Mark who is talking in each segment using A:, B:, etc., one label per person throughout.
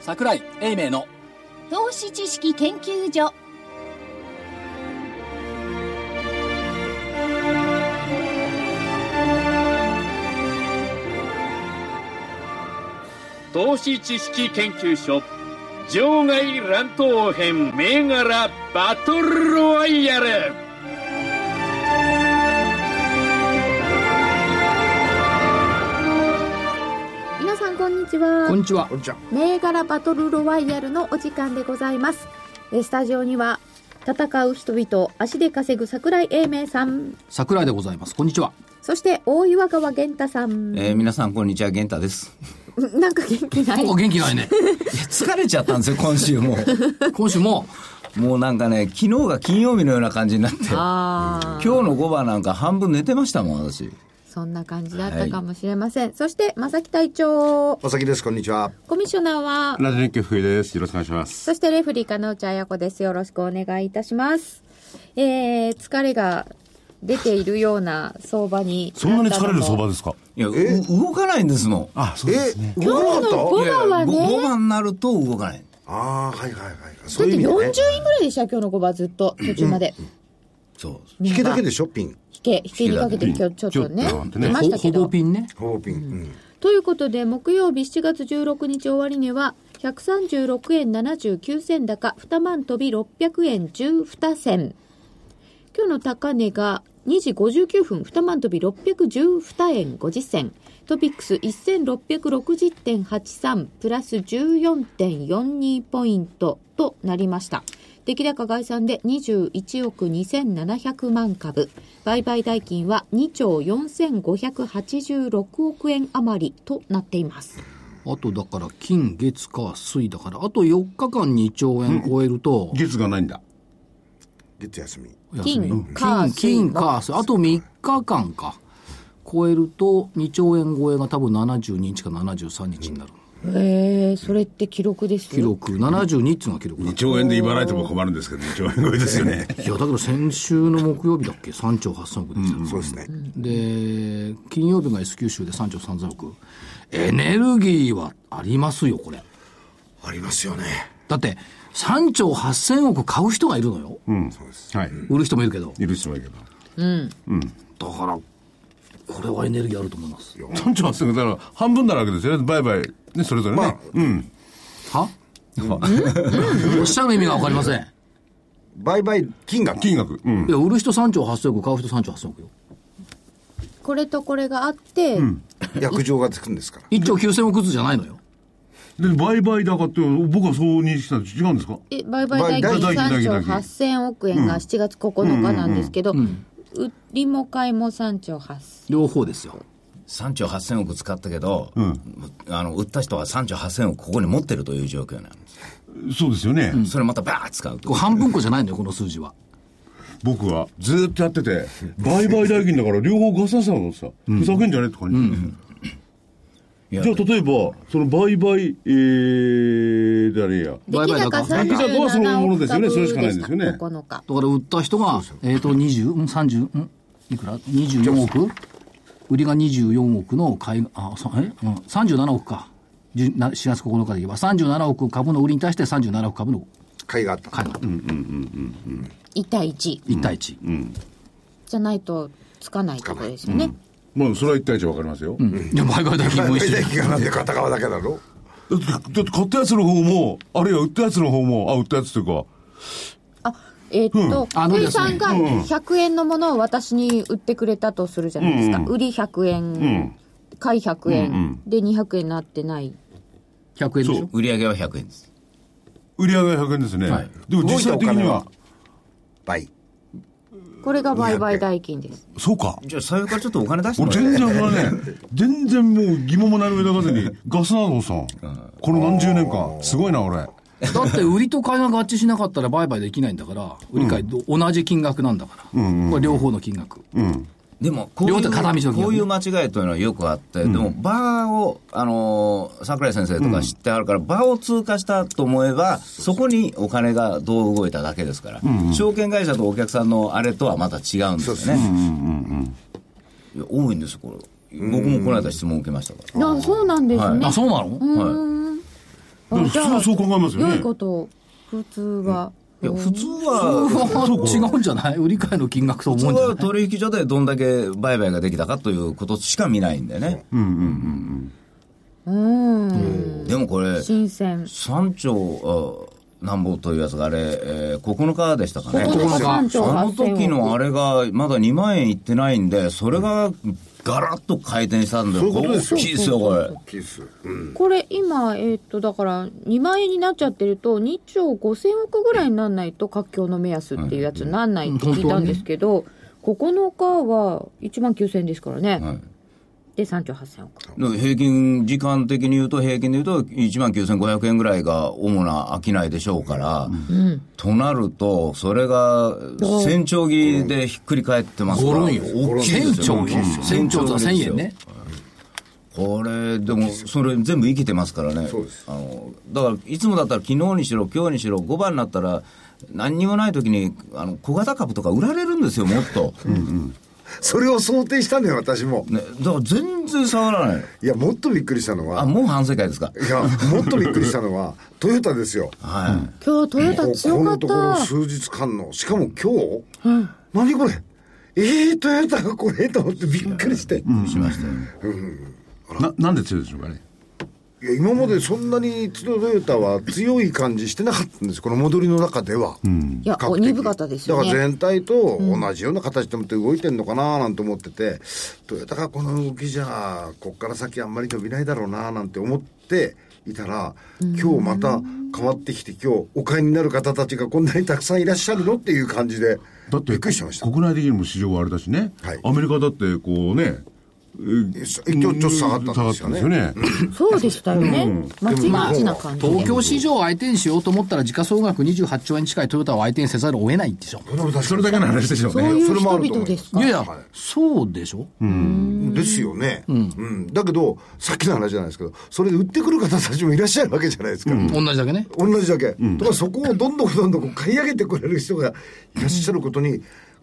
A: 桜井英明の
B: 投資知識研究所
C: 投資知識研究所場外乱闘編銘柄バトルロワイヤル
D: 皆さんこんにちは
E: こんにちは。
D: 銘柄バトルロワイヤルのお時間でございますえスタジオには戦う人々足で稼ぐ桜井英明さん
E: 桜井でございます。こんにちは。
D: そして大岩川源太さん、
F: えー皆さん、こんにちは、玄太です。
D: なんか元気ない
E: お元気ない ね。
F: 疲れちゃったんですよ、今 週も。
E: 今週も、
F: もうなんかね、昨日が金曜日のような感じになって、今
D: あー
F: 日の5番なんか半分寝てましたもん、私。
D: そんな感じだったかもしれません、そして正木隊長
G: お先です、こんにちは。
D: コミッショナーは
H: ラジオ日経福井です。よろしくお願いします。
D: そしてレフェリー加納茶彩子です。よろしくお願いいたします。えー、疲れが出ているような相場に。
H: そんなに疲れる相場
D: で
H: ですか
F: いや、う動かないんですもん。
H: あ、そう
G: え、どうなっ
D: 今
G: た
D: 日の5番はね、
F: 5番になると動かない。
G: ああ、はいはいはい。そ
D: だ
G: う
D: っ
G: いう
D: て
G: 意味で
D: 40
G: ね。
D: 位ぐらいでした、今日の5番ずっと、途中まで。
F: そう。
G: 引けだけでショッピング。
D: 引け、引けにかけて今日ちょっとね
H: ちょっ、とね
D: 出ま
E: ほ
D: したけ
E: ほ
D: ど
E: ぼ。ピンね。
G: ほぼピン。うん。
D: ということで、木曜日7月16日終わりには、136円79銭高、2万飛び600円12銭。今日の高値が2時59分、2万飛び612円50銭。トピックス1660.83プラス14.42ポイントとなりました。出来高概算で21億2700万株。売買代金は2兆4586億円余りとなっています。
E: あとだから、金、月、火、水だから、あと4日間に1兆円超えると、
H: 月がないんだ。
G: 月休み。
E: 休み
D: 金、火、
E: 金、金、
D: 水の
E: 火、水。あと3日間か。超えると、2兆円超えが多分72日か73日になる。
D: えー、それって記録です
E: 記
D: よ
E: 録、72っていうのが記録だ
H: 2。兆円で言わないとも困るんですけど、2兆円超えですよね。
E: いや、だから先週の木曜日だっけ ?3 兆8000億ですよ。
G: そうですね。
E: で、金曜日が S 九州で3兆3000億。エネルギーはありますよ、これ。
G: ありますよね。
E: だって、3兆8000億買う人がいるのよ。
H: うん。そうです。はい。
E: 売る人もいるけど。
H: いる人もいれば。
E: だから、これはエネルギーあると思います。
H: 3兆8000だから半分になるわけですよね。売買、ね、それぞれね。
G: まあ
H: うん。
E: はおっしゃる意味がわかりません。い
G: 売買金額。
H: 金額。うん。
E: や、売る人3兆8000億、買う人3兆8000億よ。
D: これとこれがあって、
G: 約定がつくんですから。
E: 1兆9000億ずつじゃないのよ。
H: で、売買高って、僕はそう認識したんです違うんですか
D: え売買代金
H: 売買
D: 3
H: 代金
D: 兆
H: 売買代
D: 8000億円が7月9日なんですけど、売りも買いも3兆8000
E: 両方ですよ。
F: 3兆8000億使ったけど、あの、売った人は3兆8000億ここに持ってるという状況なんです。
H: そうですよね。
F: それまたバーッ使う
E: ことれ。半分こじゃないのよ、この数字は。
H: 僕はずーっとやってて、売買代金だから両方合算したのさ、ふざけんじゃねえって感じ。
F: いや
H: じゃあ、例えば、その売買、えー、誰や。
E: 売買
D: 出
E: 高
D: 来高37
H: 出来高はそのもの
D: 億
H: ですよね
D: 株
H: それしかないん
D: で
H: で
D: し
H: すよね
D: た9日
E: だから売った人が、えっと、20、うん、30、うん、いくら ?24 億売りが24億の買い、あ、さえ、うん、37億か。じゅな4月9日で言えば、37億株の売りに対して37億株の
G: 買いがあった。
E: 買いがあった。
D: 1対1
E: 1対1。
D: じゃないとつかないってことですよね、
H: まあ、それは一対一わかりますよ。
E: いや、売買代金も
G: 売
E: 一緒
G: 買
E: だ。
G: 金がなんて片側だけだろ。
H: だって、だって買ったやつの方も、あるいは売ったやつの方も、あ、売ったやつというか、
D: あえーっと、
E: んあの
D: 福
E: ですね
D: 井さんが100円のものを私に売ってくれたとするじゃないですか、売り100円、買い100円、で200円になってない
E: 100円でしょ
F: 売り上げは100円です。
H: 売り上げが100円ですね。
E: はい
H: でも実際的に
G: 動いたお
H: は
G: 金は、倍。
D: これが売買代金です
H: そうか。
F: じゃあ、財布からちょっとお金出しても
H: 俺
F: らえ
H: 全然それはね、 全然もう疑問も何も抱かずに、ガスなどさん、この何十年間、すごいな、俺。
E: だって売りと買いが合致しなかったら売買できないんだから、売り買いど、同じ金額なんだから。これ両方の金額。
F: でもこうい
E: 両手
F: う
E: 片道の金額
F: こういう間違いというのはよくあって、でもバーを、あのー桜井先生とか知ってあるから、バーを通過したと思えば、そこにお金がどう動いただけですから、証券会社とお客さんのあれとはまた違うんですよね。いや多いんですよ、これ。僕もこの間質問を受けましたから。
D: あそうなんですね、
E: あ、そうなの
F: はい
H: だから普通はそう考えますよ
D: 良
H: ね
D: いこと、普通は。
F: いや、普通は、
E: 違うんじゃない売り買いの金額と
F: 普通
E: 思うんじゃ
F: は
E: ない
F: 取引所でどんだけ売買ができたかということしか見ないんでね。
D: うん。
F: でもこれ、
D: 新鮮。
F: 三兆あなんぼというやつがあれ、えー9日でしたかね。
D: 9日山頂
F: あの時のあ
D: れ。
F: れがまだ2万円いってないんで、それがガラッと回転したんで、
G: そういうこと
F: 大
G: ですよ
F: きいですよ、これ。
G: キス。うん。
D: これ今、えっと、だから、2万円になっちゃってると、2兆5000億ぐらいにならないと、活況の目安っていうやつにならないって聞いたんですけど、9日は1万9000円ですからね。
F: はい
D: で、3兆8000億。
F: 平均、時間的に言うと、平均で言うと、1万9500円ぐらいが主な商いでしょうから、となると、それが、千丁木でひっくり返ってますから、
E: ゴロンよ
F: 大きいです
E: 千丁
F: よ。
E: 木千丁木は1000円ね。
F: これ、でも、それ全部生きてますからね。
G: そうです
F: あの、だから、いつもだったら昨日にしろ、今日にしろ、5番になったら、何にもない時に、あの、小型株とか売られるんですよ、もっ と。
G: それを想定したんだよ、私も。
F: ね、だから全然触らない。
G: いや、もっとびっくりしたの
F: あ、
G: は、
F: もう反省会ですか。
G: いや、もっとびっくりしたのは、トヨタですよ。
F: はい。
D: 今日トヨタ強
G: こ
D: かっ
G: のところ
D: た。
G: 数日間の、しかも今日、何これええー、トヨタがこれと思ってびっくりして。
F: しましたよ。
H: ななんで強いでしょうかね
G: いや、今までそんなにトヨタは強い感じしてなかったんです、この戻りの中では。
D: いや、
G: 各
D: お
G: 的
D: 鈍かったですよ
G: だから
D: ね。
G: 全体と同じような形でもって動いてんのかななんて思ってて、トヨタがこの動きじゃ、こっから先あんまり伸びないだろうななんて思っていたら、今日また変わってきて、今日お買いになる方たちがこんなにたくさんいらっしゃるのっていう感じで、
H: だって
G: びっくりしました。
H: 国内的にも市場はあれだしね、
G: はい
H: アメリカだってこうねえー
G: 一応ちょっと下がったんですよ
H: 下がったん
G: ね
H: ですよね
D: そうでしたよね。まちまちな感じで。
E: 東京市場を相手にしようと思ったら、時価総額28兆円近いトヨタを相手にせざるを得ないんでしょ。
H: それだけの話でしょう
D: そう
H: ね
D: いう
G: それもあ
D: 人
G: ると思
D: 々
G: います
D: ですか
E: いやいや
G: はい、
E: そうでしょ
G: ですよね、うんだけど、さっきの話じゃないですけど、それで売ってくる方たちもいらっしゃるわけじゃないですか。
E: 同じだけね。
G: 同じだけ。とかそこをどんどんどんどんこう買い上げてくれる人がいらっしゃることに、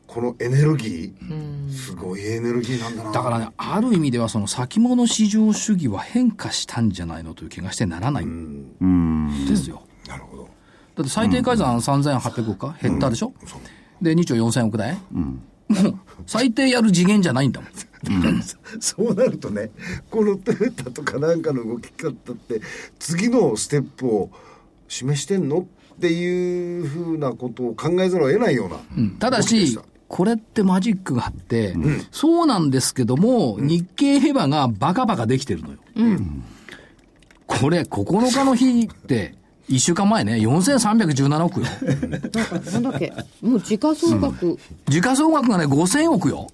G: このエネルギー、すごいエネルギーなんだな。
E: だからね、ある意味ではその先物市場主義は変化したんじゃないのという気がしてならないんですよ。
G: なるほど。
E: だって最低改ざん3800億か減ったでしょ、で、2兆4000億台、 もう、最低やる次元じゃないんだもん。
G: そうなるとね、このトヨタとかなんかの動き方って、次のステップを示してんのっていうふうなことを考えざるを得ないような。
E: ただ
G: 動きで
E: し
G: た、
E: これってマジックがあって、そうなんですけども、日経ヘバがバカバカできてるのよ。これ、9日の日って、1週 間前ね、4317億よ。
D: なんか、なんだっけ、もう時価総額、
E: 時価総額がね、5000億よ。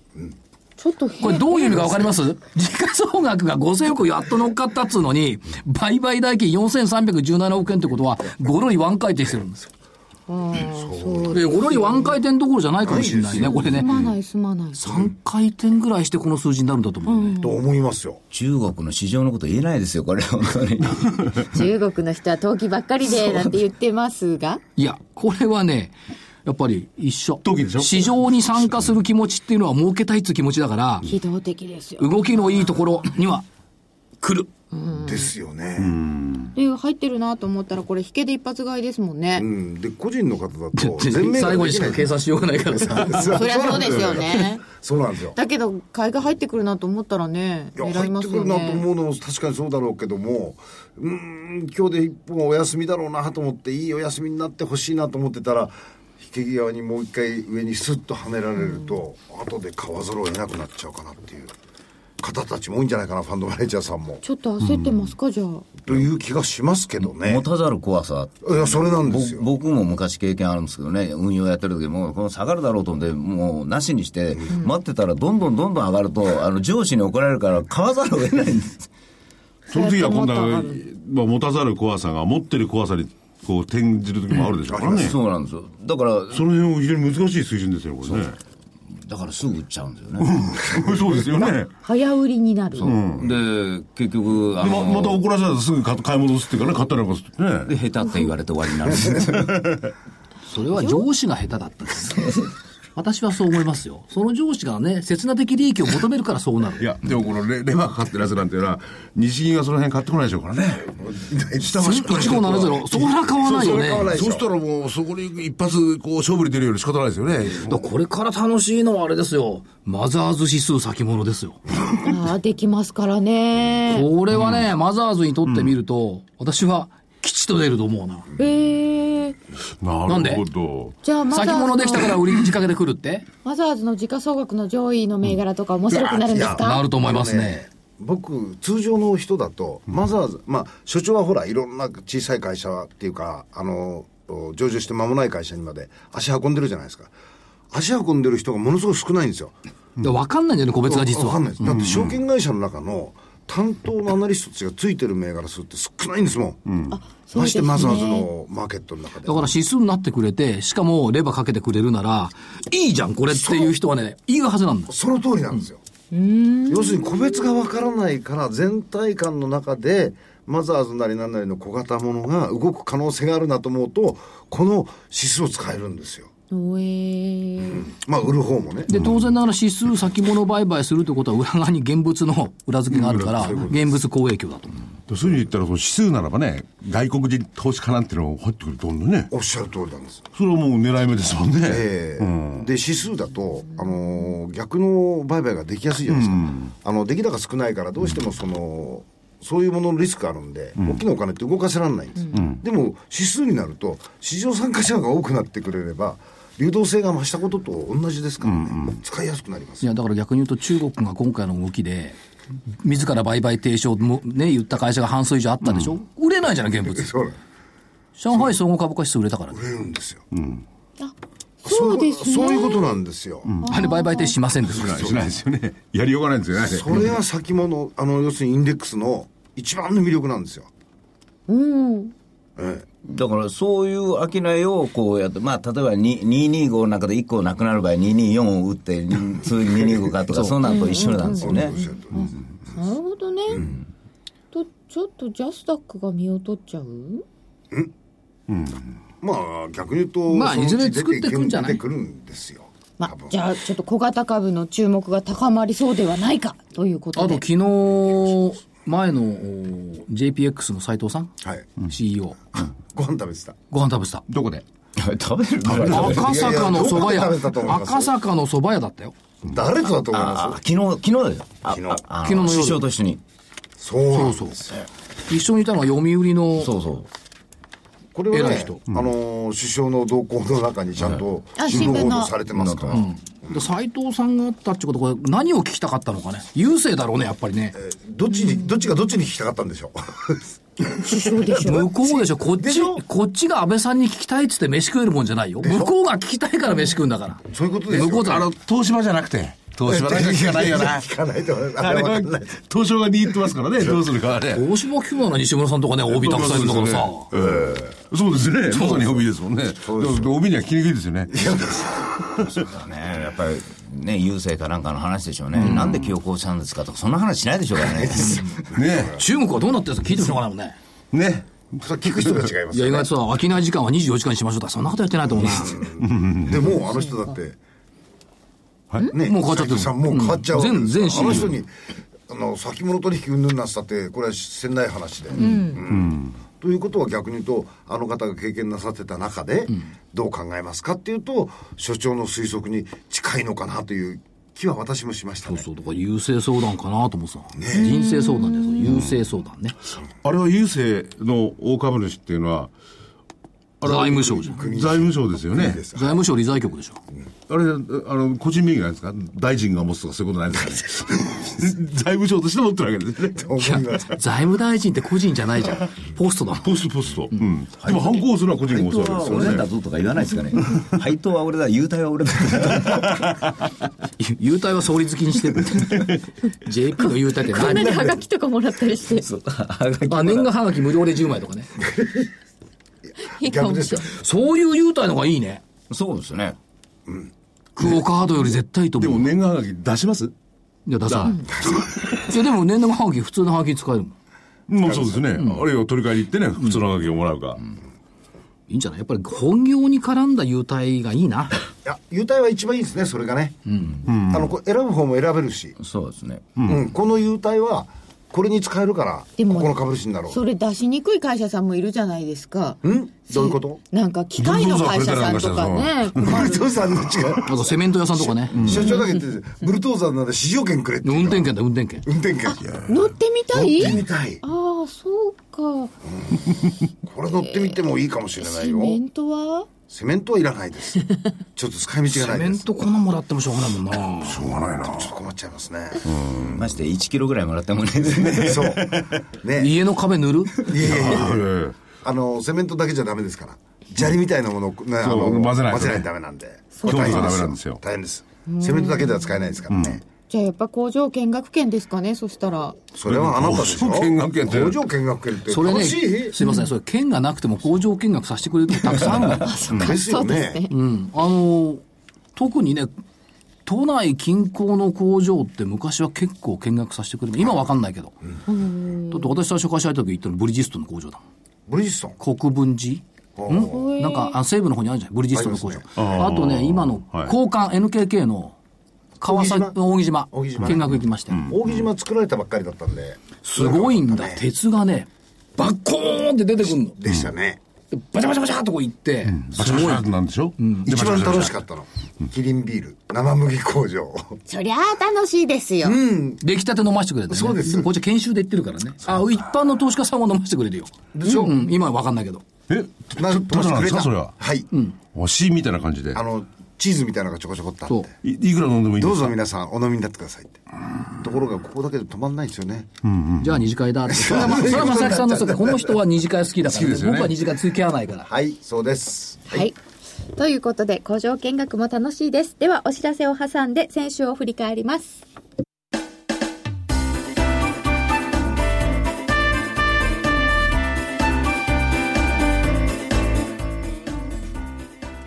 D: ちょっと変
E: これどういう意味かわかります時価総額が5000億やっと乗っかったっつうのに、売買代金4317億円ってことは、ごろりワン回転してるんですよ。で、ごろりワン回転どころじゃないかもしれないね、これね
D: す。まない、すまない。
E: 3回転ぐらいしてこの数字になるんだと思うね。
G: と思いますよ。
F: 中国の市場のこと言えないですよ、これ、本当に。
D: 中国の人は投機ばっかりで、なんて言ってますが。
E: いや、これはね、やっぱり一緒。
H: 投機でしょ
E: 市場に参加する気持ちっていうのは儲けたいっていう気持ちだから、
D: 機動的ですよ。
E: 動きのいいところには来る。
G: ですよね。
D: で、入ってるなと思ったら、これ、引けで一発買いですもん
G: う
D: ね。
G: ん、で個人の方だと全面が
E: 最後
G: で
E: に
G: き
E: し
G: ない
E: か計算しようがないからさ。
D: そりゃそうですよね。
G: そうなんですよ
D: だけど、買いが入ってくるなと思ったらね、
G: いや
D: 狙い
G: 入っ
D: ま
G: て
D: す
G: く
D: よ
G: るなと
D: ね。
G: 思うのも確かにそうだろうけどもうーん今日で一本お休みだろうなと思っていいお休みになってほしいなと思ってたら引き際にもう一回上にスッとはねられると、後で買わざるを得なくなっちゃうかなっていう方たちも多いんじゃないかなファンドマネージャーさんも
D: ちょっと焦ってますか、じゃあ。
G: という気がしますけどね
F: 持たざる怖さ。
G: いやそれなんですよ
F: ぼ僕も昔経験あるんですけどね、運用やってる時も、この下がるだろうと思って、もうなしにして、待ってたら、どんどんどんどん上がると、あの上司に怒られるから、買わざるを得ないんです。
H: その次は今度
D: そうや
H: は
D: ってもっと、
H: まあ、持たざる怖さが持ってる怖さにこう転じる時もあるでしょうからね、
F: そうなんですよ。だから、
H: その辺を非常に難しい水準ですよこれね
F: だからすぐ売っちゃうんですよね。
H: そうですよね
D: 早売りになる。
F: で、結局、あ
H: でま
F: の、
H: また怒らせたらすぐ買買い戻すっていうかね買ったらますって
F: で、
H: ね
F: 下手って言われて終わりになるん ですよ
E: それは上司が下手だったんです。私はそう思いますよ。その上司がね、刹那的利益を求めるからそうなる。
H: いや、でもこのレレバーかかってるやつなんていうのは、日銀がその辺買ってこないでしょうからね。
G: 下
E: そん1570、そんな変わらないよね。
G: そうそんな変わらないでし
A: そ
G: ょ
A: したらもう、そこに一発、こう、勝負に出るより仕方ないですよね。
E: だからこれから楽しいのはあれですよ。マザーズ指数先物ですよ。
D: ああ、できますからね。
E: これはね、マザーズにとってみると、私は吉と出ると思うな。
D: ええ
H: なるほど。
D: じゃあマザー
E: 先
D: ズの
E: 物できたから売り仕掛けてくるって
D: マザーズの時価総額の上位の銘柄とか面白くなるんです
G: う
D: か、
E: なると思います
G: あの
E: ね。
G: 僕通常の人だと、マザーズ、まあ、所長はほらいろんな小さい会社っていうかあのお上場して間もない会社にまで足運んでるじゃないですか足運んでる人がものすごく少ないんですよ
E: で分かんないんだよね、個別が実
G: わか
E: は
G: ん。ないですだって証券会社の中の担当のアナリストたちがついてる銘柄数って少ないんですもん、
D: そう
G: ま
D: です
G: して
D: ね
G: マザーズのマーケットの中で
E: だから指数になってくれて、しかもレバーかけてくれるなら、いいじゃん、これっていう人はね、いいはずなんだ。
G: その通りなんですよ。要するに個別がわからないから全体感の中でマザーズなりなんなりの小型ものが動く可能性があるなと思うとこの指数を使えるんですよ。
D: おえー
G: まあ売る方もね。
E: で、当然ながら指数先物売買するということは、裏側に現物の裏付けがあるから、現物好影響だと。
H: そういうふうに言ったら、その指数ならばね、外国人投資家なんてのが入ってくるとどんどんね。
G: おっしゃる通りなんです。
H: それはもう狙い目ですもんね。
G: ええで指数だと、あのー逆の売買ができやすいじゃないですか、あの出来高少ないから、どうしてもその、そういうもののリスクあるんで、大きなお金って動かせられないんです、でも指数になると、市場参加者が多くなってくれれば、流動性が増したことと同じですからね、使いやすくなります
E: い。や、だから逆に言うと中国が今回の動きで、自ら売買提唱も、ね、言った会社が半数以上あったでしょ、売れないじゃない、現物。
G: そうなん
E: 上海総合株価指数売れたからね。
G: 売れるんですよ、
D: あそうですね
G: そういうことなんですよ、
E: あれ、売買停止しませんでした。
H: しないですよね。やりようがないんですよね。
G: それが先物、あの要するにインデックスの一番の魅力なんですよ。ええ
F: だからそういう商いをこうやって、まあ、例えばに225なんかで1個なくなる場合、224を打って、にそれ225かとか、そうなんと一緒なんですよね。
D: なるほどね、とちょっとジャスダックが見劣っちゃう
G: まあ逆に言うと、
E: まあ
G: そのうち
E: いずれ作ってくんじゃない
G: 出てくるんですよ。
D: ま
G: 多分
D: じゃあちょっと小型株の注目が高まりそうではないかというこ
E: あと
D: とで
E: 昨日、前のお JPX の斉藤さん、
G: はい。
E: CEO、
G: ご飯食べてた。
E: ご飯食べてた。
H: どこで
F: 食べるぐらいだね
E: 赤坂の蕎麦
G: いやいやど
E: 屋
G: こで食べてたと思い、ます
E: 赤坂の蕎麦屋だったよ。
G: 誰とだと思い
F: あ
G: ま
F: 昨日、昨日ですよ。昨
G: 昨日
F: 昨
E: 昨日の夜
F: 師匠と一緒に。
G: すそうなんです
E: そうそう。一緒にいたのは読売の、
F: そうそう。
G: これは
E: 偉い
G: ね、
E: 人
G: あのー、首相の動向の中にちゃんと
D: あ
G: 新
D: 新聞
G: 聞
D: の
G: 報道されてますから。
E: で斉藤さんがあったってことは、これ何を聞きたかったのかね。優勢だろうね、やっぱりね。
G: どっちに、どっちがどっちに聞きたかったんでしょ
D: 首相でしょ
E: 向こうでしょ、こっ
G: で
E: ち
G: しょ、
E: こっちが安倍さんに聞きたいっつって飯食えるもんじゃないよ。向こうが聞きたいから飯食うんだから。
G: う。そういうことですよ。
E: 向こうだ
H: あの、東芝じゃなくて。東芝なんか聞か ないよな。
G: 聞かないと思います。
H: あ
G: あれ
H: れ
G: わ
H: こ
G: か
H: れ
G: んない。
H: 東証が握ってますからね、どうするかはね。
E: 大島聞くのは西村さんとかね、帯たくさんいるんだからさ。
H: ええそうですね。まさに帯ですもんね。でも帯には聞きにくいですよね。
F: ねやっぱりね、郵政かなんかの話でしょうね、なんで記憶をしたんですかとか、そんな話しないでしょう からね。
H: ね
E: 中国はどうなってるか聞いてもしょうがないもんね。
H: ね
G: それ聞く人が違いま
E: い
G: す
E: や、
G: よ
E: 意
G: ね。
E: 外とさ、商い時間は24時間にしましょうとか、そんなことやってないと思うな。
G: でも、あの人だって、ね、
E: もう変わっちゃってる
G: 斉藤さんもう変わっちゃうわけですよ、
E: うん全全市
G: あの人に、あの、先物取引云々なさって、これはせんない話で。うんということは逆に言うと、あの方が経験なさってた中で、どう考えますかっていうと、所長の推測に近いのかなという気は私もしました
E: そう
G: ね。
E: そう、とから、優勢相談かなと思ってさ。人生相談ですよ、優勢相談ね。
H: あれは郵政の大株主っていうのは、あれは
E: 財務省じゃん。
H: 財務省ですよね。
E: 財務省理財局でしょ。
H: あれ、あの、個人名義なんですか大臣が持つとかそういうことないです かね財務省として持ってるわけですね。
G: 思いました。
E: 財務大臣って個人じゃないじゃん。ポストだもん。
H: ポストポスト。うん。でも、反抗するのは個人が持つわけですよね。
F: ぞとか言わないです かね。配当は俺だ、優待は俺だ。
E: 優待は総理好きにして る。JP の優待って
D: こんな
E: 何
D: にハガキとかもらったりして
E: あ、年賀はがき無料で10枚とかね。
D: いいか
G: 逆
D: も
G: ですよ。
E: そういう優待の方がいいね。
F: そうですね。
E: クオカードより絶対いいと
H: で
E: 思う。
H: も、年賀はがき出します
E: いや、出さない。 いや、でも年賀はがき、普通のはがき使えるもん。
H: まあそうですね。あるいは取り替えに行ってね、普通のはがきをもらうか。
E: いいんじゃないやっぱり本業に絡んだ優待がいいな。
G: いや、優待は一番いいですね、それがね。あの、こう選ぶ方も選べるし。
F: そうですね。
G: うん、この優待はこれに使えるから、
I: でも
G: ここの株主になろう。
I: それ出しにくい会社さんもいるじゃないですか。
G: んどういうこと
I: なんか機械の会社さんとかね。
G: ブルトーザーの違う。
E: あとセメント屋さんとかね。うん
G: 社長だけ言ってるブルトーザーなんで使用権くれって
E: 運
G: 言うから。
E: 転券だ、運転券。
G: 運転権。
I: 乗ってみたい
G: 乗ってみたい。
I: ああ、そうか。
G: これ乗ってみてもいいかもしれない
I: セ
G: よ。
I: メントは
G: セメントはいらないです。ちょっと使い道が
E: セ
G: な
E: メ
G: いで
E: ン
G: す。ち
E: ト粉もらってもしょうがないもんな。
A: しょうがないな。
G: ょっと困っちゃいますね。
F: まして1キロぐらいもらってもらえです ね
G: そう。ね。い
E: 家の壁塗る
G: やいやいや
A: あいやいや
G: あの、セメントだけじゃダメですから。砂利みたいなものを、ね、あの
A: そう混ぜないとね
G: とダメなんで。
A: う
G: 大変
A: 強度がダメなんですよ
G: 大変です。セメントだけでは使えないですからね。
I: じゃあやっぱ工場見学券ですかね、そしたら。
G: それはあなたでしょ
A: 工場見学券って
G: 工場見学券って
E: それ
G: 楽
E: ね、
G: しい
E: すいません、それ、券がなくても工場見学させてくれるとこたくさんあるのよ。
G: ですよね。
E: うん。あのー、特にね、都内近郊の工場って昔は結構見学させてくれる。今はわかんないけど。だって私最初会社入った時行ったのブリヂストンの工場だ
G: ブリヂストン。
E: もん。国分寺んなんか、あ西部の方にあるじゃないブリヂストンの工場。
G: あり
H: ね
E: あとね、今の
H: はい
E: 交換 NKK の川崎、
G: 扇
E: 大木島、
G: 扇島
E: 見学行きましたよ。
G: 大木島作られたばっかりだったんで。
E: すごいんだ
G: ね、
E: 鉄がね、バッコーンって出てくるの。
G: でしたね。
E: でバチャバチャバチャっとこう行って、
H: バチャバチャなんでしょで
G: 一番
H: バチャバチャ
G: 楽しかったの。キリンビール、生麦工場。
B: そりゃあ楽しいですよ。
E: 出来たて飲ましてくれてね。
G: そうです
E: もこっちは研修で行ってるからね。あ、一般の投資家さんは飲ましてくれるよ。
G: でしょ
E: うん、今はわかんないけど。
H: え、
G: な
H: たただなんですかそれは。
G: はい。
H: おしみたいな感じで
G: あ。の、チーズみたいなのがちょこちょこっとあっ
E: そ
G: て。
H: いいくら飲んでもいいん
G: ど
H: で
G: う
H: すか
G: ぞ皆さんお飲みになってくださいって。ところがここだけで止まんないですよね。
E: じゃあ二次会だって。それはまあ、それはまさきさんのそうか。この人は二次会好きだから、
A: ですよね
E: 僕は二次会付き合わないから。
G: はい、そうです。
D: はい。ということで、工場見学も楽しいです。では、お知らせを挟んで、先週を振り返ります。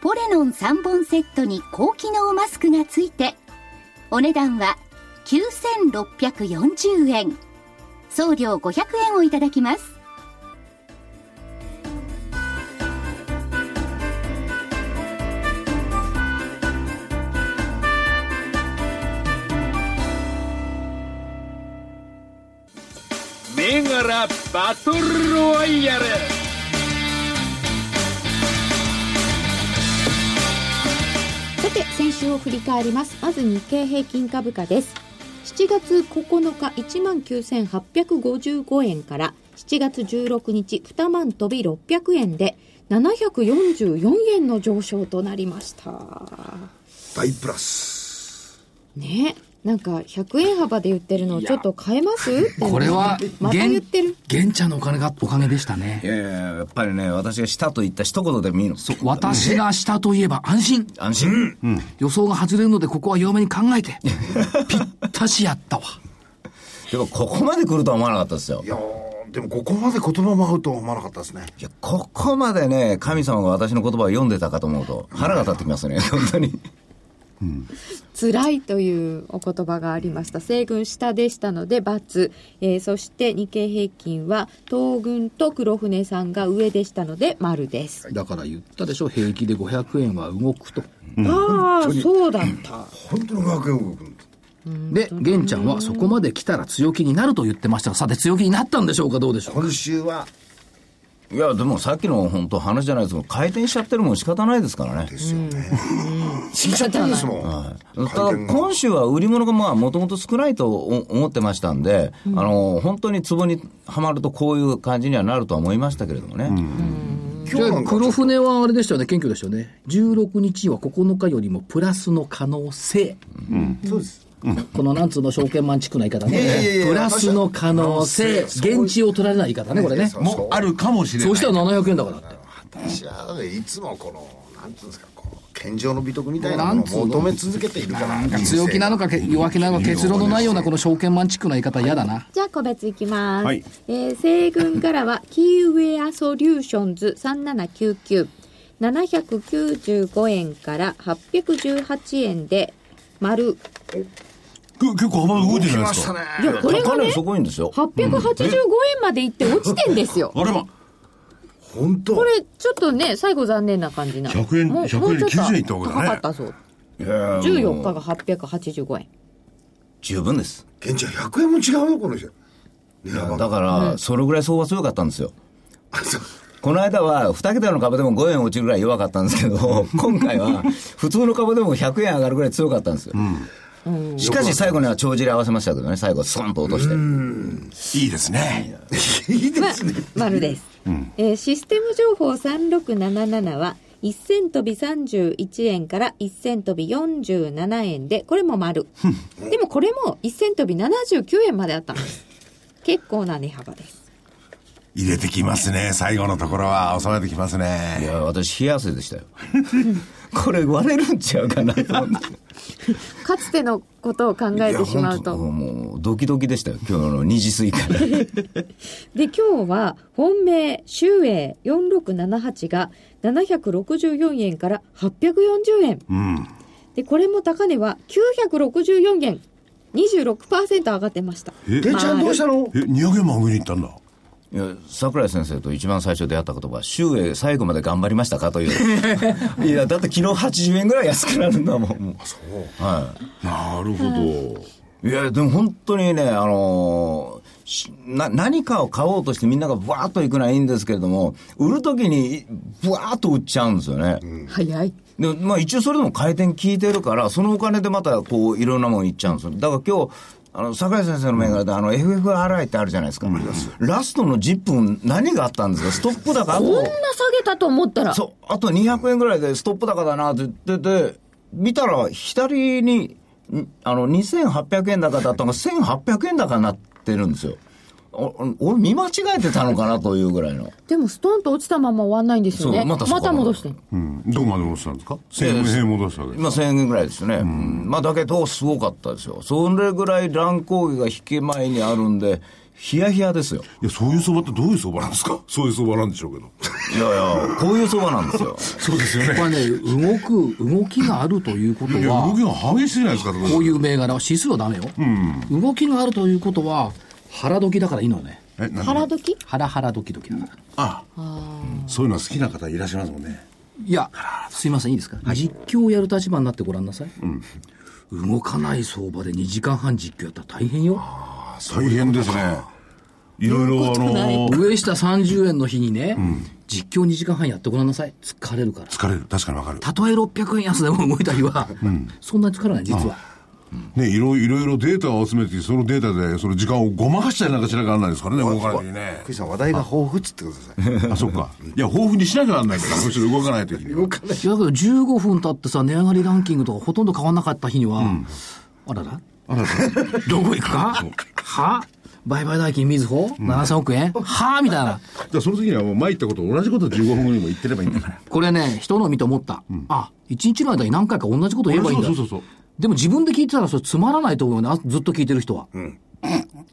B: ポレノン3本セットに高機能マスクがついてお値段は9640円送料500円をいただきます
C: 銘柄バトルロワイヤル
D: さて先週を振り返りますまず日経平均株価です7月9日1万9855円から7月16日2万飛び600円で744円の上昇となりました
G: 大プラス。
D: ねなんか100円幅で言ってるのをちょっと変えます
E: これは、
D: また言ってる
E: 玄ちゃんのお金が、おかげでしたね
F: い。やいややっぱりね私がしたと言った一言でもいいの
E: 私がしたといえば安心。
F: 安心、
E: 予想が外れるので、ここは弱めに考えて。ぴったしやったわ。
F: でもここまで来るとは思わなかったですよ
G: いやーでもここまで言葉も合うとは思わなかったですね。
F: いやここまでね神様が私の言葉を読んでたかと思うと腹が立ってき ますね本当に
D: 辛いというお言葉がありました西軍下でしたので×、えーそして日経平均は東軍と黒船さんが上でしたので丸です、
E: だから言ったでしょ、平気で500円は動くと。
D: ああそうだ った
G: 本当に500円動くんだ。
E: で、玄ちゃんはそこまで来たら強気になると言ってましたが、さて強気になったんでしょうか、どうでしょうか。
G: 今週は、
F: いや、でもさっきの本当話じゃないですけど、回転しちゃってるもん仕方ないですからね。
G: ですよね。死んじゃったんですもん。
F: ただ今週は売り物がもともと少ないとお思ってましたんで、あの本当に壺にはまるとこういう感じにはなるとは思いましたけれどもね、
E: じゃあ黒船はあれでしたよね、謙虚でしたよね。16日は9日よりもプラスの可能性。
G: そうです。
E: このなんつうの証券マンチックな言い方
G: いやいやい
E: ね。
G: や
E: プラスの可能性。現地を取られない言い方ね、これね。
G: そう
H: もあるかもしれない。
E: そうしたら700円だからって。
G: 私はいつもこの、なんていうんですか、こう、健常の美徳みたいなものを求め続けているから。
E: なんか強気なのかけ弱気なのか結論のないようなこの証券マンチックな言い方嫌だ な。
D: じゃあ個別いきます。
H: はい
D: えー西軍からは、キーウェアソリューションズ3799。795円から818円で、丸。
H: け結構幅が動いてるじゃないですか。
D: いや、これが
F: 高
D: ね
F: 値、そこいんですよ
D: 885円までいって落ちてんですよ。
H: あれば、
G: 本当
D: これ、ちょっとね、最後残念な感じな。
H: 100円
D: もう
H: 100円
D: もうちょっと
H: 90円いったわけだね
D: 高かったそう。
F: いや
D: 14
F: も
D: 日
F: う
D: が885円。
F: 十分です
G: 健常100円も違うよ、この人。値幅
F: だ
G: が。
F: からそれぐらい相場強かったんですよ
G: あそう
F: この間は2桁の株でも5円落ちるぐらい弱かったんですけど今回は普通の株でも100円上がるぐらい強かったんですよ、しかし最後には帳尻合わせましたけどね最後スコンと落として、
H: いいです ね。
G: いいで
D: まあ
G: すね。、
D: 丸です。えーシステム情報3677は、1000飛び31円から1000飛び47円で、これも丸。でもこれも1000飛び79円まであったんです。結構な値幅です。
H: 入れてきますね。最後のところは収めてきます
F: い
H: ね。
F: や私冷や汗でしたよ これ割れるんちゃうかなと思って
D: かつてのことを考えてしまう
F: いや
D: と。
F: 本当もうドキドキでしたよ今日の2時過ぎから
D: で、今日は、本命、周英4678が764円から840円。
H: うん。
D: で、これも高値は964円。26%上がってました。
H: え、
G: ケンちゃんどうしたの
H: え200円も上に行ったんだ。
F: いや桜井先生と一番最初出会った言葉は「周へ最後まで頑張りましたか?」という いやだって昨日80円ぐらい安くなるんだもんもうは
H: なるほど。
F: いいやでも本当にねあのーしな何かを買おうとしてみんながバーッといくのはいいんですけれども売る時にバーッと売っちゃうんですよね、
D: 早い。
F: でまあ、一応それでも回転効いてるから、そのお金でまたこういろんなもんいっちゃうんですよ。だから今日あの坂井先生の銘柄で、あの FFRI ってあるじゃないですか、ラストの10分、何があったんですか、ストップ高あ
D: こんな
F: と、
D: 下げたと思ったら、
F: そうあと200円ぐらいでストップ高だなって言ってて、見たら、左にんあの2800円高だったのが、1800円高になってるんですよ。おお俺、見間違えてたのかなというぐらいの。
D: でもストンと落ちたまま終わんないんですよね。
F: そうま
D: ま
F: た
D: た
F: そこまで
D: 戻してん
H: うん。どこまで戻したんですか ?1000 円戻したわけです。
F: 今1000円ぐらいですね、うんまあ、だけど、すごかったですよ、それぐらい乱高下が引け前にあるんで、ヒヤヒヤですよ、
H: いや、そういう相場ってどういう相場なんですか そういう相場なんでしょうけど。
F: いやいや、こういう相場なんです よ、
H: そうです よね。
E: これね、動く、動きがあるということ
H: いや、動
E: は
H: き、が激しいじゃないですか、
E: こういう銘柄は指数はダメよ。動きがあるということは、腹時だからいいのね。
H: え、なん
I: 腹
H: か
I: 時
E: 腹腹ドキドキだから。
H: あそういうの好きな方いらっしゃいますもんね。
E: いや、すいません、いいですか、実況をやる立場になってごらんなさい。動かない相場で2時間半実況やったら大変よ。
H: 大変ですね。いろいろ、あの、
E: 上下30円の日にね、実況2時間半やってごらんなさい。疲れるから。
H: 疲れる。確かにわかる。
E: たとえ600円安でも動いたりは、そんなに疲れない、実は。
H: ね、いろいろいろデータを集めて、そのデータで、その時間をごまかしたりなんかしなきゃなんないですからね、動かないときにね。
G: 福井さん、話題が豊富っつってください。
H: あ、そっか。いや、豊富にしなきゃなんない から、むしろ動かないときには。
E: いやだけど15分経ってさ、値上がりランキングとかほとんど変わんなかった日には、あらら どこ行くかは売買代金みずほ7000億円、はみたいな。
H: だからその時にはもう前言ったこと同じこと15分後にも言ってればいいんだから。
E: これね、人の見て思った。あ、一日の間に何回か同じこと言えばいいんだ。
H: そうそうそうそう
E: でも自分で聞いてたらそれつまらないと思うよね。あずっと聞いてる人は。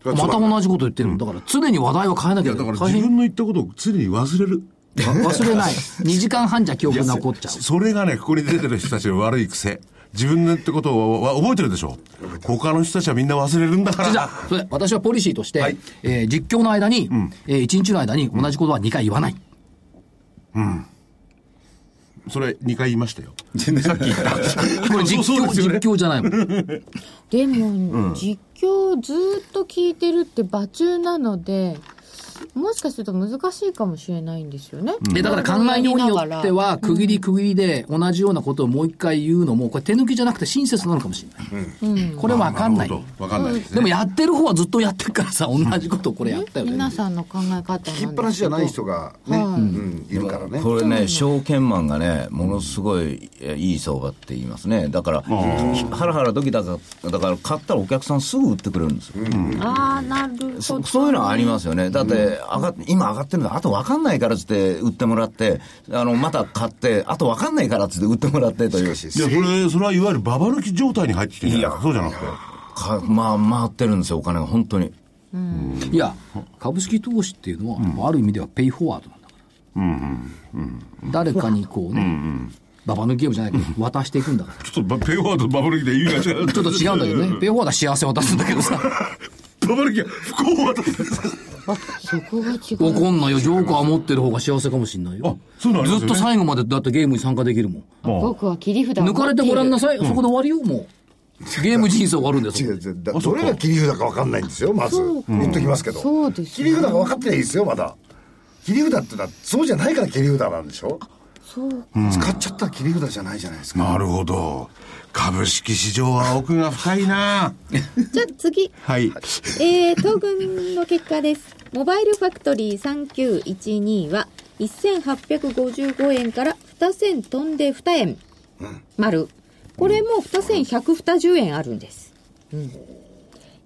E: また同じこと言ってる。だから常に話題を変えなきゃいけ
H: だ
E: な
H: か
E: い。
H: ら
E: 大
H: 自
E: 変。
H: 分の言ったことを常に忘れる。
E: 忘れない。2時間半じゃ記憶残っちゃう。
H: それがね、ここに出てる人たちの悪い癖。自分の言ったことをわわ覚えてるでしょ他の人たちはみんな忘れるんだから。
E: じゃあ、それ私はポリシーとして、えー実況の間に、え1日の間に同じことは2回言わない。
H: それ2回言いましたよ。
E: これ実況、
H: そうですよね
E: 実況じゃないもん。
I: でも、実況をずっと聞いてるって場中なのでもしかすると難しいかもしれないんですよね。
E: で、だから考えようによっては、区切り区切りで同じようなことをもう一回言うのも、これ手抜きじゃなくて親切なのかもしれない。これわかんない。
A: とわかんないです
E: で
A: ね。
E: もやってる方はずっとやってるからさ、同じことこれやったよね。
I: 皆さんの考え方なんで
G: 聞
I: すけ
G: き
I: ど
G: っぱなしじゃない人がね、
I: はい
G: うん、いるからね。
F: これね、証券マンがね、ものすごいえいい相場って言いますね、だから、ハラハラドキだから、だから買ったらお客さんすぐ売ってくれるんですよ、
I: ああ、なるほど。
F: そそういうのはありますよね、だって上がっ、今上がってるの、あと分かんないからっつって売ってもらって、あのまた買って、あと分かんないからっつって売ってもらってという、
H: いや、それ、それはいわゆるババ抜き状態に入ってきてるんじゃないそうじゃなくて。
F: かまあ、回ってるんですよ、お金が、本当に。
E: いや、株式投資っていうのは、ある意味ではペイフォワードなんだから。誰かにこうね、ババ抜きゲームじゃないけど、渡していくんだから。
H: ちょっとバペイワードとババ抜きで意味が違う。
E: ちょっと違うんだけどね、ペイフォワードは幸せを渡すんだけどさ、
H: ババ抜きは不幸を渡す。
I: そこが違う。
E: 怒んないよ、ジョーカーは持ってる方が幸せかもしんないよ。
H: あそうなんですね
E: ずっと最後までだってゲームに参加できるもん。
I: 僕は切り札を持
E: 抜
I: ってい
E: か
I: る
E: れてごらんなさい、そこで終わりよ、もう。ゲーム人生終わるんです
G: 違
E: よ
G: う。違うだどれが切り札か分かんないんですよまず言っときますけど
I: そうです
G: 切
I: よ
G: り札が分かってないですよまだ切り札ってのはそうじゃないから切り札なんでしょ使っちゃったら切り札じゃないじゃないですか
H: なるほど。株式市場は奥が深いな
D: じゃあ次。
H: はい。
D: えー、東軍の結果です。モバイルファクトリー3912は、1855円から2千飛んで2円。丸。これも2千120円あるんです。うん。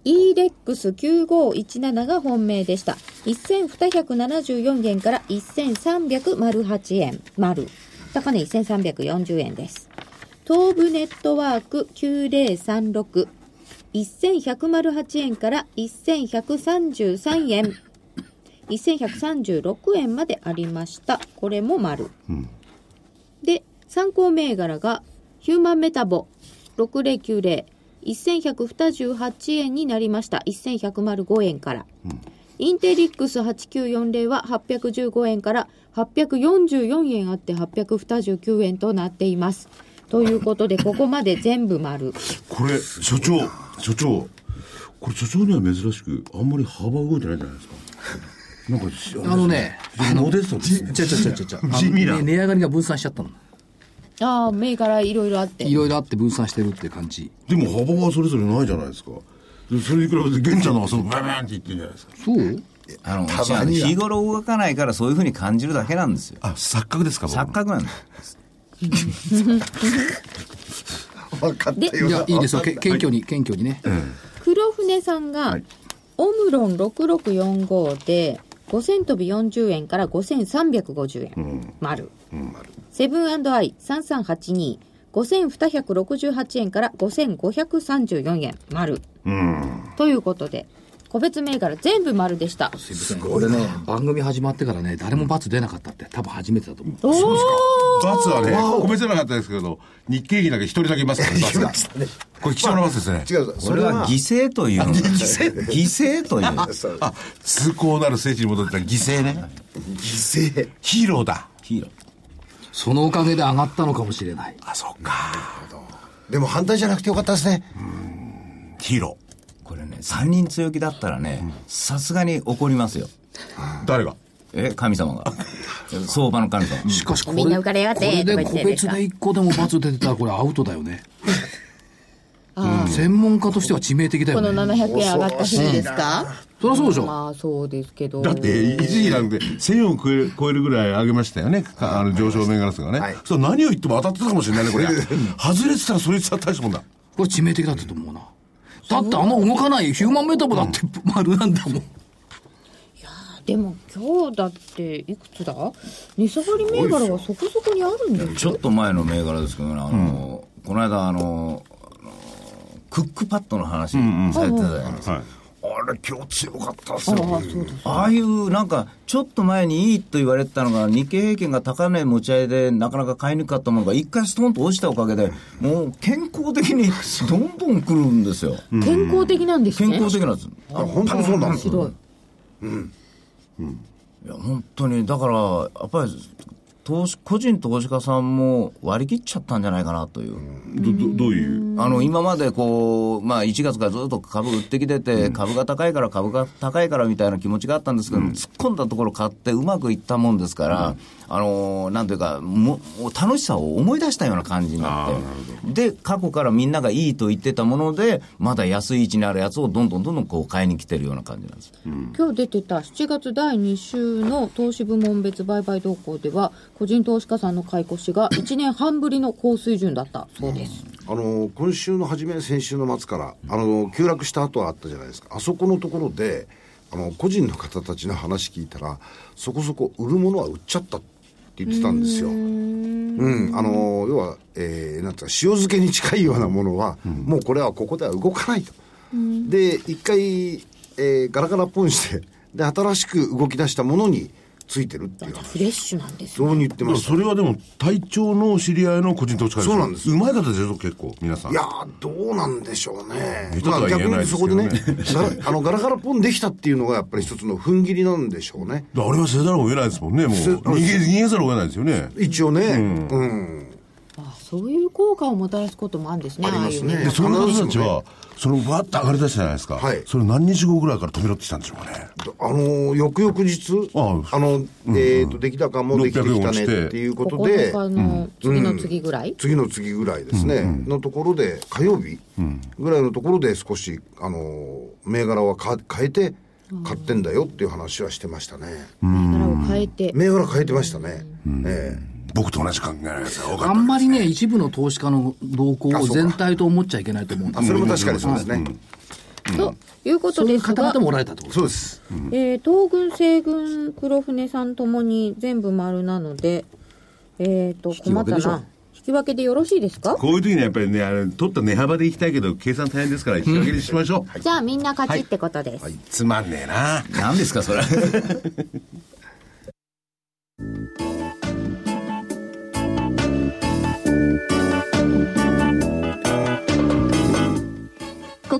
D: EREX9517 が本命でした。1274円から1308円。丸。高値1340円です。東武ネットワーク9036。1108円から1133円1136円までありましたこれも丸、で参考銘柄がヒューマンメタボ6090 1128円になりました1105円から、インテリックス8940は815円から844円あって829円となっていますということでここまで全部丸
H: これ、所長、所長。これ所長には珍しく、あんまり幅動いてないじゃな いですか。なんか、
E: あのね
H: 非常にモデストですね。
E: ちゃちゃちゃちゃちゃ。
H: 地味な
E: あのね値上がりが分散しちゃったの。
I: ああ、銘柄いろいろあって
E: い。ろいろあって分散してるって感じ。
H: でも幅はそれぞれないじゃないですか。でそれに比べて、玄ちゃんの方がそのババーンって言ってるじゃないですか。
E: そう
F: あの
G: たまに
F: 違う
G: は
F: 日頃動かないから、そういうふうに感じるだけなんですよ、
H: あ、錯覚ですか、
F: 錯覚なんです。
G: 分かったよ
E: いや、いいですよ。け
G: 分かっ
E: 謙虚に、謙虚にね。
D: 黒船さんが、オムロン6645で5000飛び40円から5350円、丸、セブンアイ3382 5268円から5534円丸、ということで個別銘柄全部丸でした
E: すいません。これね、番組始まってからね、誰も罰出なかったって、多分初めてだと思う。
D: おお
H: 罰はね、米じゃなかったですけど、日経儀なんか一人だけいますから、罰が。これ貴重な罰ですね。
G: た違う
F: こ
G: そ
F: れ
G: れ
F: は
G: は
F: 犠牲というの犠牲という
G: そう
H: あ、崇高なる聖地に戻った犠牲ね。
G: 犠牲
H: ヒーローだ。
F: ヒーロー
E: そのおかげで上がったのかもしれない。
H: あ、そっか。
G: でも反対じゃなくてよかったですね
H: ヒーロ
F: これね3人強気だったらねさすがに怒りますよ
H: ー。誰が
F: え神様が相場の神様
E: しかしこれ、
D: みんな浮かれやがって
E: これで
D: とか言っ
E: 個
D: て
E: 別で一個でも罰出てたらこれアウトだよ ね。うん専門家としては致命的だ
I: こ
E: よ
I: の
E: ね。
I: 700円上がった日ですか
E: そりゃそうでしょ。
I: まあそうですけど。
H: だって、一時期なんて、1000を超える、超えるぐらい上げましたよね。かあの、上昇銘柄数がね。
G: はい
H: そう、何を言っても当たってたかもしれない ね、これ。外れてたらそれ伝ったしもんだ。
E: これ致命的だったと思うな。だってあの動かないヒューマンメタボだって丸なんだもん。
I: でも今日だっていくつだ値下がり銘柄はそこそこにあるんだよ。
F: ちょっと前の銘柄ですけどねあの、この間あのあのクックパッドの話されてたじゃないですか、
H: はい。
G: あれ今日強かったっすよ
F: ああいうなんかちょっと前にいいと言われてたのが日経平均が高値持ち合いでなかなか買いにくかったものが一回ストンと落ちたおかげでもう健康的にどんどん来るんですよ
I: 健康的なんです
F: 健
I: ね。
F: 康的なんです
G: あ本当にそうなんですよ
I: 白い。
F: いや本当にだからやっぱり投資個人投資家さんも割り切っちゃったんじゃないかなという。
H: ど、ど、どういう。
F: あの今までこう、まあ、1月からずっと株売ってきてて、株が高いから、株が高いからみたいな気持ちがあったんですけど、突っ込んだところ買って、うまくいったもんですから、あのーなんというかも、もう楽しさを思い出したような感じになって、で、過去からみんながいいと言ってたもので、まだ安い位置にあるやつをどんどんどんどんこう買いに来てるような感じなんです。
I: 今日出てた7月第2週の投資部門別売買動向では個人投資家さんの買い越しが1年半ぶりの高水準だったそうです、
G: あの今週の初め先週の末からあの急落した後はあったじゃないですかあそこのところであの個人の方たちの話聞いたらそこそこ売るものは売っちゃったって言ってたんですようんあの要は、えーなんつうか塩漬けに近いようなものは、もうこれはここでは動かないと、で一回、えーガラガラポンしてで新しく動き出したものについてるっていう話
I: フレッシュなんです
G: そうに言ってました
H: それはでも、隊長の知り合いの個人投資家しょ
G: そうなんです
H: うまい方ですよ、結構、皆さん。
G: いやー、どうなんでしょうね。
H: とは言え
G: 逆
H: ない
G: に
H: です
G: そ
H: けど
G: こで
H: ね
G: ね、ガラあ のガラガラポンできたっていうのがやっぱり一つの踏ん切りなんでしょうね。
H: あれはせざるを得ないですもんね、もう。
G: せ
H: 逃げ、逃げざるを得ないですよね。
G: 一応ね、うん。
I: あそういう効果をもたらすこともあるんですね
G: ありますね
I: ああいう
H: で、
I: の
H: その
G: 必ずし
H: 方た
G: もね
H: ちは、その、わーっと上がり出したじゃないですか。
G: はい
H: それ何日後ぐらいから飛び乗ってきたんでしょうかね。
G: あのー、翌々日、
H: あ
G: あの、えっと、出来高もできてきたねっていうことで、
I: 9日の次の次ぐらい、
G: 次の次ぐらいですね、のところで、火曜日ぐらいのところで少し、あのー、銘柄はか変えて、買ってんだよっていう話はしてましたね。
I: 銘柄を変えて、
G: 銘柄変えてましたね。ええ
H: 僕と同じ考えなんですよ。
E: あんまりね、一部の投資家の動向を全体と思っちゃいけないと思うんで
G: あ、
E: す
G: そ
E: よ
G: れも確かにそうですね。
I: というこ
E: そ
I: と
E: うい
I: で
E: う
I: す
E: 方
I: が
E: 々もおられたってこと
G: そうです。
I: えー東軍西軍黒船さんともに全部丸なのでえっ、と困ったな引き分けでよろしいですか
J: こういう時にはやっぱりね、あれ、取った値幅でいきたいけど、計算大変ですから、引き分けにしましょう。
I: じゃあみんな勝ちってことです、
J: つまんねえな。
F: 何ですか、それ。
B: こ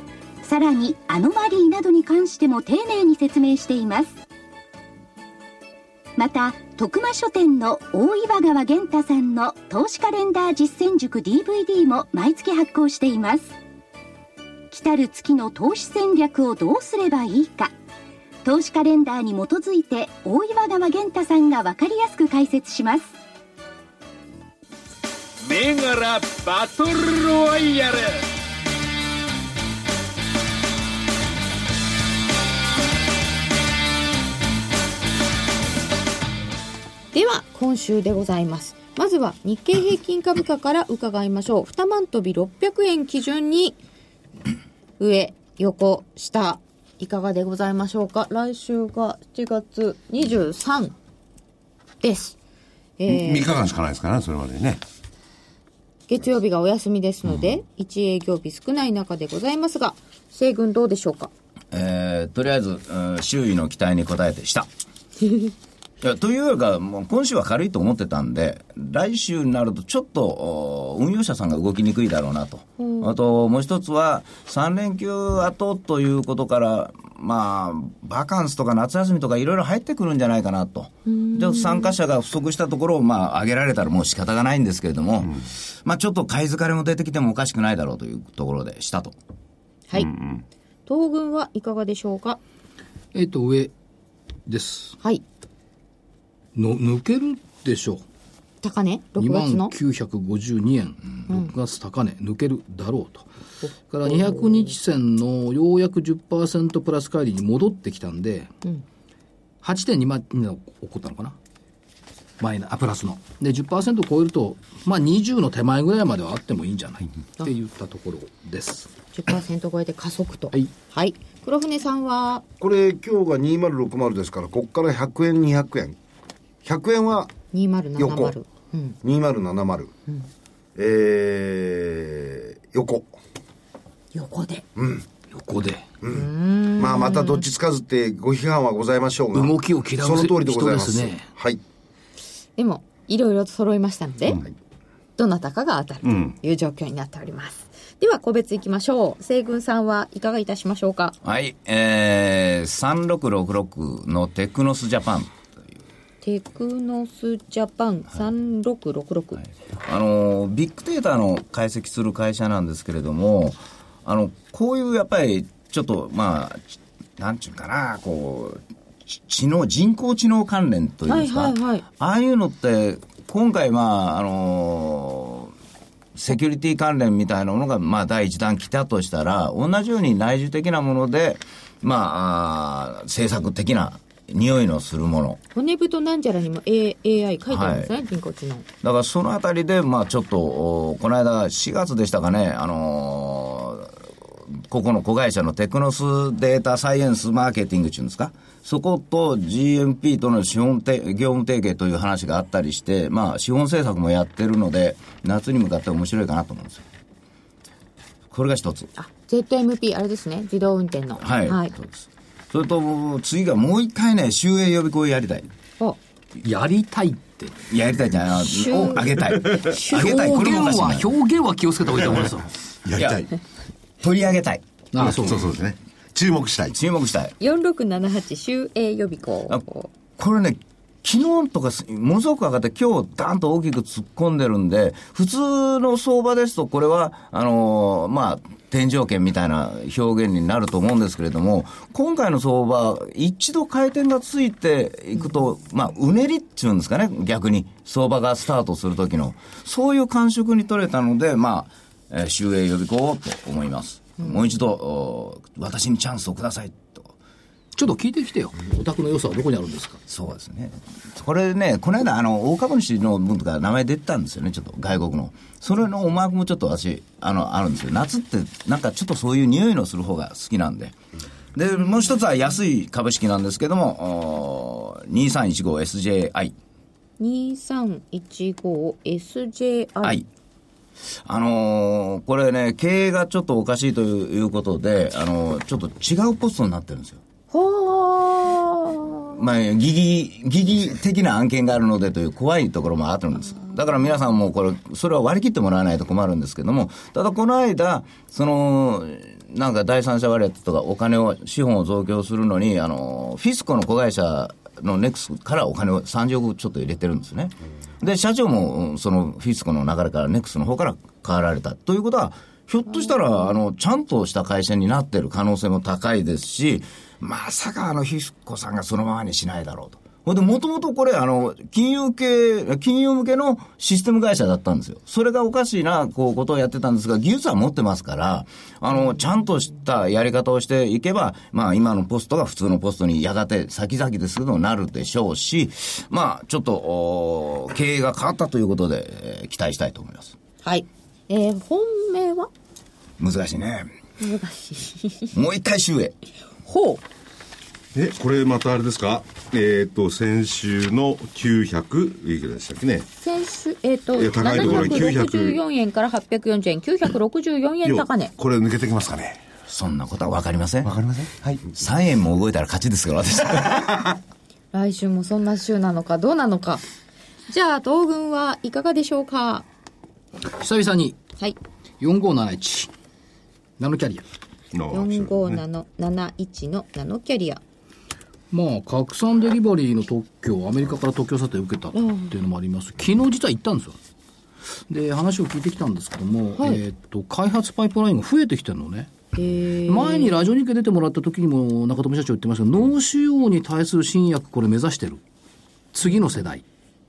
B: さらにアノマリーなどに関しても丁寧に説明していますまた徳間書店の大岩川源太さんの投資カレンダー実践塾 DVD も毎月発行しています来たる月の投資戦略をどうすればいいか投資カレンダーに基づいて大岩川源太さんが分かりやすく解説します
C: 銘柄バトルロワイヤル
I: では今週でございますまずは日経平均株価から伺いましょう二万飛び600円基準に上横下いかがでございましょうか来週が7月23です、えー
H: 3日間しかないですからね、それまでにね。
I: 月曜日がお休みですので、一1営業日少ない中でございますが西軍どうでしょうか
F: えーとりあえず、うん周囲の期待に応えて した。いやというよりか、もう今週は軽いと思ってたんで、来週になるとちょっとお運用者さんが動きにくいだろうなと。あと、もう一つは、3連休後ということから、まあ、バカンスとか夏休みとかいろいろ入ってくるんじゃないかなと。で、参加者が不足したところを、まあ、上げられたらもう仕方がないんですけれども、まあ、ちょっと買い疲れも出てきてもおかしくないだろうというところでしたと。
I: はい、東軍はいかがでしょうか
E: えっと、上です。
I: はい
E: の、抜けるでしょう。
I: 高値6
E: 2万
I: 月の
E: 952円、6月高値、抜けるだろうと、それから200日線のようやく10%プラス乖離に戻ってきたんで、8.2万に起こったのかな、マイナあプラスの。で、10%超えると、まあ、20の手前ぐらいまではあってもいいんじゃないって言ったところです。
I: 10%超えて加速と。
E: はい。
I: 黒船さんは、
G: これ今日が2060ですから、こっから100円、200円。100円は
I: 2070
G: 横。
I: うん。
G: 2070。えー、横。
I: 横で。
E: 横で。
G: まあ、またどっちつかずってご批判はございましょうが。
E: 動きを嫌う
G: その通りでございます。
E: 人ですね
G: はい。
I: でも、いろいろと揃いましたので、どなたかが当たる
J: うん
I: という状況になっております。では、個別いきましょう。西軍さんはいかがいたしましょうか
F: はい、えー、3666のテクノスジャパン。
I: テクノスジャパン3666。
F: あのビッグデータの解析する会社なんですけれどもあのこういうやっぱりちょっとまあちなんちゅうかなこうち知能人工知能関連というんですか、
I: はいはいはい
F: ああいうのって今回まああのセキュリティ関連みたいなものが、まあ、第一弾来たとしたら、同じように内需的なもので、まあ、あー政策的な匂いのするもの、
I: 骨太なんちゃらにも A- AI 書いてあるんですね、
F: はい
I: 人工知能。
F: だからそのあたりで、まあ、ちょっと、おこの間、4月でしたかね、あのーここの子会社のテクノスデータサイエンスマーケティングっていうんですか、そこと GMP との資本て業務提携という話があったりして、まあ、資本政策もやってるので、夏に向かって面白いかなと思うんですよ。これが一つ。
I: あ、ZMP、あれですね、自動運転の。
F: はい。
I: はい。
F: そうですそれと、次がもう一回ね、集英予備校やりたい。
I: お
E: やりたいって。
F: やりたいじゃない、あのをあげたい。あげたい。こ
E: 表
F: れ
E: 現
F: もおかしいな
E: は、表現は気をつけた方がいいと思 いますよ。
J: やりたい
F: い。取り上げたい。
E: ああ、
J: そ
E: そうう
J: そうですね。注目したい。
F: 注目したい。
I: 4678州営予備
F: あ
I: 校。
F: これね、昨日とかすものすごく上がって、今日ダーンと大きく突っ込んでるんで、普通の相場ですと、これは、あのーまあ、天井圏みたいな表現になると思うんですけれども、今回の相場、一度回転がついていくと、まあ、うねりっていうんですかね、逆に、相場がスタートするときの、そういう感触に取れたので、まあ、えー、終営予備校をと思います。もう一度、お私にチャンスをくださいと。
E: ちょっと聞いてきてよ。お宅の良さはどこにあるんですか
F: そうですね。これね、この間、あの、大株主の分とか名前出てたんですよね、ちょっと、外国の。それの思惑もちょっと私、あの、あるんですよ。夏って、なんかちょっとそういう匂いのする方が好きなんで。で、もう一つは安い株式なんですけども、おー 2315SJI。はい
I: 2315SJI。。
F: あのーこれね、経営がちょっとおかしいということで、あのーちょっと違うポストになってるんですよ。
I: ほー。
F: まあ、疑義、疑義的な案件があるのでという怖いところもあるんです。だから皆さんもこれ、それは割り切ってもらわないと困るんですけども、ただこの間、その、なんか第三者割れとかお金を、資本を増強するのに、あの、フィスコの子会社のネクスからお金を30億ちょっと入れてるんですね。で、社長も、うんそのフィスコの流れからネクスの方から変わられた。ということは、ひょっとしたら、あの、ちゃんとした会社になってる可能性も高いですし、まさかあの、ヒスコさんがそのままにしないだろうと。ほんで、もともとこれ、あの、金融系、金融向けのシステム会社だったんですよ。それがおかしいな、こう、ことをやってたんですが、技術は持ってますから、あの、ちゃんとしたやり方をしていけば、まあ、今のポストが普通のポストにやがて、先々ですけど、なるでしょうし、まあ、ちょっと、おー経営が変わったということで、えー期待したいと思います。
I: はい。えー、本命は
F: 難しいね。難しい。もう一回終へ。
I: ほう。
J: え、これまたあれですかえっ、と、先週の900、いくらでしたっけね。
I: 先週、えっ、と、
J: いや高いところ
I: 764円から840円、964円高値。
H: これ抜けてきますかね。
F: そんなことは分かりません。
H: わかりませんはい。
F: 3円も動いたら勝ちですから、私。
I: 来週もそんな週なのか、どうなのか。じゃあ、東軍はいかがでしょうか
E: 久々に
I: はい。
E: 4571。ナノキャリア。
I: 4571のナノキャリア。
E: まあ、拡散デリバリーの特許、アメリカから特許査定を受けたっていうのもあります。昨日実は行ったんですよ。で、話を聞いてきたんですけども、
I: はい
E: えーっと、開発パイプラインが増えてきてるのね。
I: えー、
E: 前にラジオ日経出てもらった時にも中富社長言ってましたけど、脳腫瘍に対する新薬、これ目指してる。次の世代っ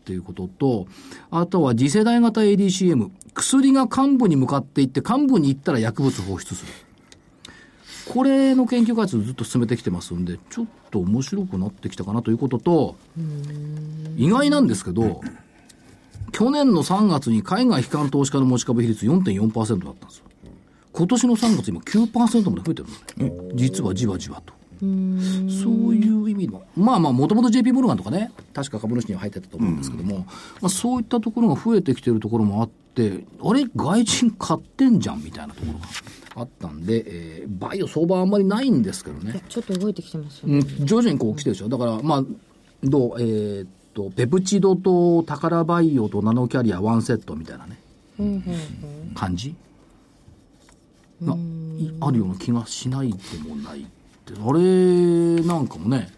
E: ていうことと、あとは次世代型 ADCM。薬が幹部に向かっていって、幹部に行ったら薬物放出する。これの研究開発をずっと進めてきてますんで、ちょっと面白くなってきたかなということと、意外なんですけど、去年の3月に海外機関投資家の持ち株比率4.4%だったんですよ。今年の3月今9%まで増えてるんですね。実はじわじわと。そういう意味の、まあまあ、もともと JP モルガンとかね、確か株主には入ってたと思うんですけども、まあ、そういったところが増えてきてるところもあって、あれ、外人買ってんじゃんみたいなところがあったんで、えーバイオ相場はあんまりないんですけどね。
I: ちょっと動いてきてますよ
E: うん、徐々にこう来てるでしょ。だから、まあ、どう、えーっと、ペプチドとタカラバイオとナノキャリアワンセットみたいなね、感じがいあるような気がしないでもないって。あれなんかもね、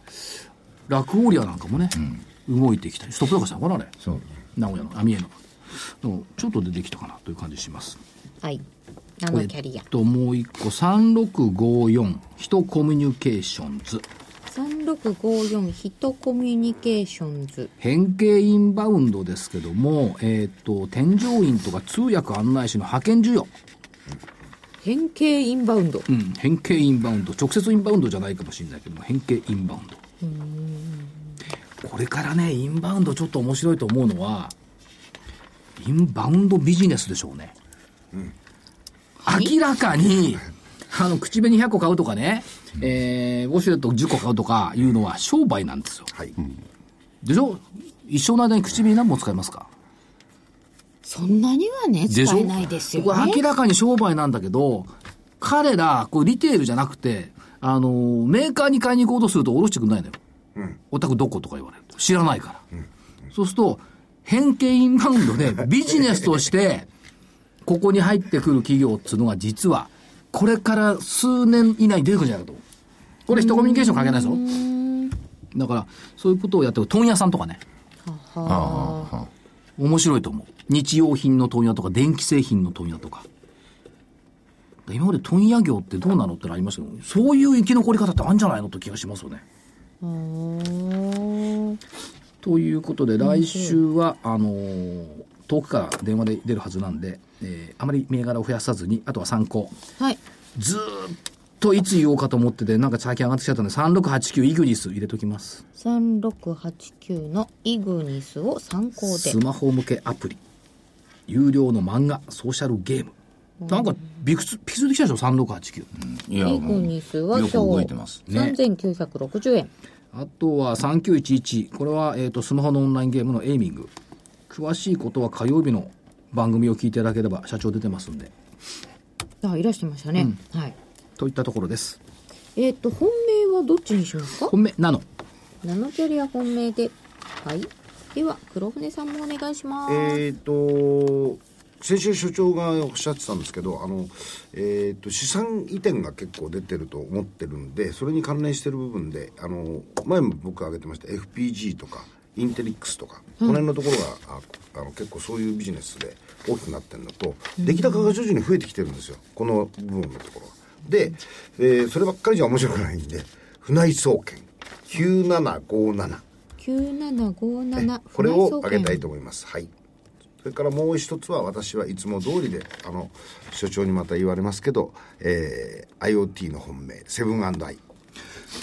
E: ラクオリアなんかもね、動いてきたり、ストップ高したのかなあれ。
F: そう
E: 名古屋の、アミエの。でもちょっと出てきたかなという感じします。
I: はいナノキャリ
E: えっと、もう一個、3654、人コミュニケーションズ。
I: ア3654ヒトコミュニケーションズ
E: 変形インバウンドですけども、えーっと添乗員とか通訳案内士の派遣需要、
I: 変形インバウンド
E: うん、変形インバウンド直接インバウンドじゃないかもしれないけども変形インバウンドこれからねインバウンドちょっと面白いと思うのはインバウンドビジネスでしょうね、明らかにあの口紅100個買うとかね、えー、ウォシュレット10個買うとかいうのは商売なんですよ、でしょ一生の間に口紅何本使いますか
I: そんなにはね使
E: でしょ
I: えないですよ
E: これ
I: ね
E: 明らかに商売なんだけど、彼ら、こうリテールじゃなくて、あのーメーカーに買いに行こうとすると卸してくんないのよ。お宅どことか言われる。知らないから。そうすると、変形インバウンド でビジネスとして、ここに入ってくる企業っていうのが実は、これから数年以内に出てくるんじゃないかと。これ人コミュニケーション関係ないですよ。だから、そういうことをやってる。問屋さんとかね。面白いと思う。日用品の問屋とか、電気製品の問屋とか。今まで問屋業ってどうなのってのありましたけど、そういう生き残り方ってあるんじゃないのって気がしますよね。ということで、来週は、あのー遠くから電話で出るはずなんで、えーあまり銘柄を増やさずに、あとは参考。
I: はい
E: ずーっといつ言おうかと思ってて、なんか最近上がってきちゃったんで、3689イグニス入れときます。
I: 3689のイグニスを参考で
E: スマホ向けアプリ有料の漫画ソーシャルゲームなんかビクツピクツできたでしょ3689、
F: いや
I: イグニスは
F: よ
I: 今
F: く
I: 日
F: 動いてます
I: 3960円
E: あとは3911これは、えー、とスマホのオンラインゲームのエイミング詳しいことは火曜日の番組を聞いていただければ社長出てますんで
I: あいらしてましたね、はい
E: といったところです
I: えっ、と本命はどっちにしますか
E: 本命なの
I: ナノキャリア本命ではいでは黒船さんもお願いします、
G: えっ、と先週所長がおっしゃってたんですけどあの、えー、と資産移転が結構出てると思ってるんでそれに関連してる部分であの前も僕挙げてました FPG とかインテリックスとか、この辺のところがああの結構そういうビジネスで大きくなってるのと出来高が徐々に増えてきてるんですよこの部分のところが。で、えーそればっかりじゃ面白くないんで船井総研9757
I: 9757
G: これを上げたいと思います。はい。それからもう一つは私はいつも通りで、あの、所長にまた言われますけど、えー、IoT の本命、セブンアイ。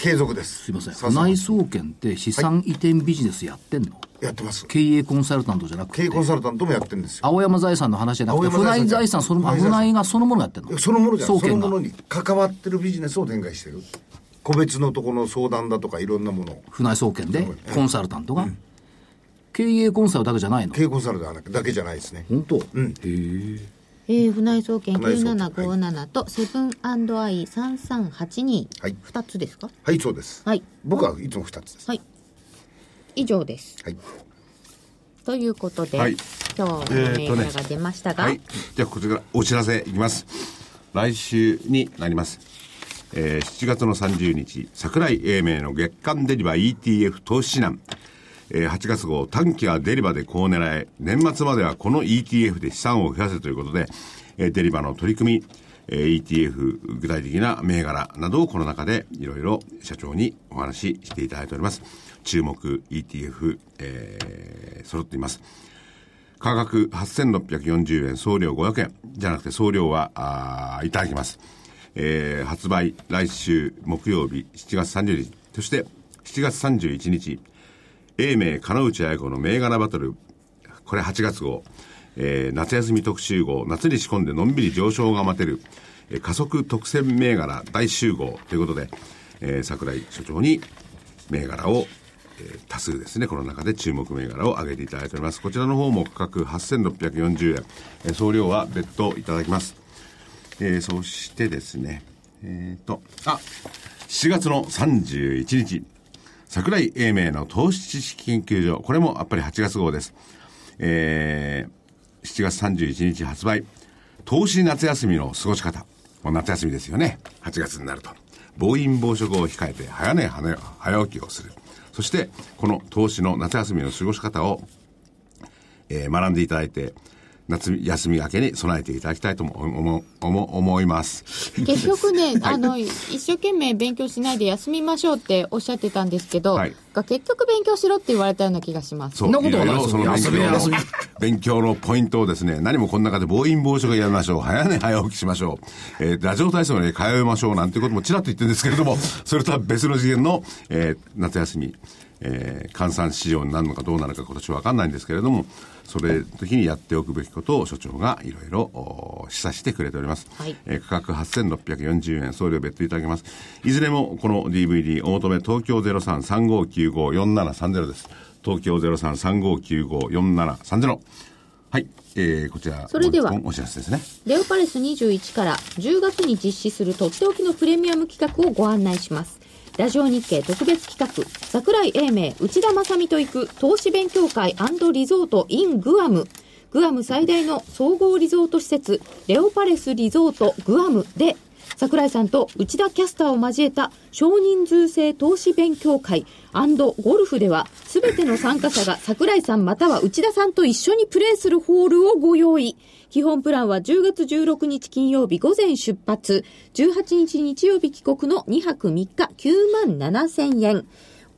G: 継続です。
E: すいません
G: さあさあ
E: 船井総研って資産移転ビジネスやってんの、
G: やってます。
E: 経営コンサルタントじゃなく
G: 経営
E: て
G: コンサルタントもやってるんですよ。
E: 青山財産の話じゃなくて
G: 青山財
E: 船井
G: 産
E: 財産そのあ
G: 船井財産
E: 船井がそのものやってんの
G: そのものじゃない
E: 総
G: その
E: 研が
G: ものに関わってるビジネスを展開してる。個別のところの相談だとかいろんなものを。
E: 船井総研でコンサルタントが、経営コンサルだけじゃないの
G: 経営コンサルタントだけじゃないですね。
E: 本当、へえ
I: えー、船井総研
G: 船井総研
I: 9757とセブンアイ3382、
G: はい
I: 2つですか
G: はい、そうです。
I: はい
G: 僕はいつも二つです。
I: はい以上です
G: はい。
I: ということで、
H: はい
I: 今日
H: え
I: の
H: ー
I: 銘
H: とね
I: 柄が出ましたが、
H: はい。じゃあ、こちらお知らせいきます。来週になります。えー7月の30日、桜井英明の月間デリバ ETF 投資指南。えー8月号、短期はデリバで高狙え、年末まではこの ETF で資産を増やせということで、えーデリバの取り組み、えー ETF、具体的な銘柄などをこの中でいろいろ社長にお話ししていただいております。注目 ETF、えー揃っています。価格8640円、送料500円じゃなくて送料は、あーいただきます。えー発売、来週木曜日7月30日、そして7月31日、英明金内彩子の銘柄バトル、これ8月号、えー夏休み特集号、夏に仕込んでのんびり上昇が待てる、えー加速特選銘柄大集合ということで、えー桜井所長に銘柄を、えー多数ですね、この中で注目銘柄を挙げていただいております。こちらの方も価格8640円、えー送料は別途いただきます。えーそしてですね、えー、と、あ、7月の31日、桜井英明の投資知識研究所、これもやっぱり8月号です。えー7月31日発売、投資夏休みの過ごし方。もう夏休みですよね。8月になると。暴飲暴食を控えて早寝早寝早起きをする。そして、この投資の夏休みの過ごし方をえー学んでいただいて、夏休み明けに備えていただきたいとも思思思います。
I: 結局 ね、あの一生懸命勉強しないで休みましょうっておっしゃってたんですけど、
H: はい
I: が結局勉強しろって言われたような気がします
H: そ
E: んなことはない
H: ろ
E: で
H: ろ
E: す
H: そ
E: よ
H: の勉強の
E: 遊び遊
H: 勉強のポイントをですね、何もこの中で暴飲暴食やめましょう、早寝早起きしましょう、えーラジオ体操に通いましょうなんていうこともちらっと言ってるんですけれ ども、それとは別の次元の、えー夏休み、えー、換算市場になるのかどうなのか今年はわかんないんですけれども、それの時にやっておくべきことを所長がいろいろお示唆してくれております。
I: はい
H: えー価格8640円、送料別途いただきます。いずれもこの DVD、お求め東京0335954730です。東京0335954730。はい、えー、こちら、
K: それでは
H: おお知らせですね。
I: レオパレス21から10月に実施するとっておきのプレミアム企画をご案内します。ラジオ日経特別企画、桜井英明、内田正美と行く投資勉強会リゾート in グアム。グアム最大の総合リゾート施設、レオパレスリゾートグアムで、桜井さんと内田キャスターを交えた少人数制投資勉強会ゴルフでは全ての参加者が桜井さんまたは内田さんと一緒にプレーするホールをご用意。基本プランは10月16日金曜日午前出発、18日日曜日帰国の2泊3日9万7000円。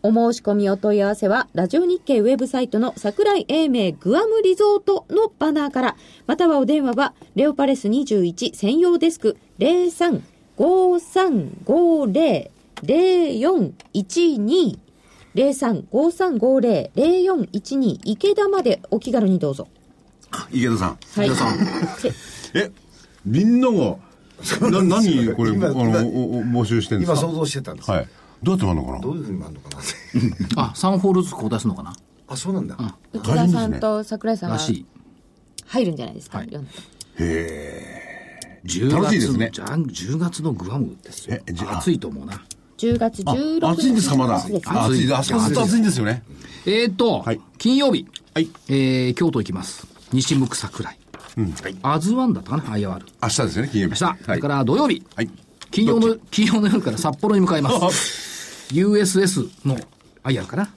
I: お申し込みお問い合わせは、ラジオ日経ウェブサイトの桜井英明グアムリゾートのバナーから、またはお電話は、レオパレス21専用デスク03-5350-0412 03-5350-0412池田までお気軽にどうぞ。
H: 池田さん。
I: はい。
F: え、みんなが、な何これ、あ
G: 今
F: の、おお募集してるんで
G: 今
F: すか
G: 想像してたんです、
F: はい。どうやって回るのか
G: どう
F: な
G: いうふうになるのかなって
E: あ、3ホールずつこう出すのかな
G: あそうなんだ、
I: 内田さんと桜井さん
E: ら
I: は
E: しい。
I: 入るんじゃないですか。
E: はい
I: 読んだ
E: 10
H: 楽しい
E: 月
H: で
E: の
H: すね
E: じゃん10月のグアムですよ
H: えじ。ゃあ
E: 暑いと思うな。
I: 10月16日。
H: 暑いんですか、まだ。
I: そうです
H: 暑い。あそこずっと暑いんですよね。
E: えーっと、
H: はい
E: 金曜日、
H: はい
E: えー京都行きます。西向桜井。アズワンだったかな ?IR。
H: 明日ですよね、金曜日。
E: 明日、
H: は
E: だ
H: い。
E: から土曜日、
H: はい。
E: 金曜の、金曜の夜から札幌に向かいます。USS の IR かな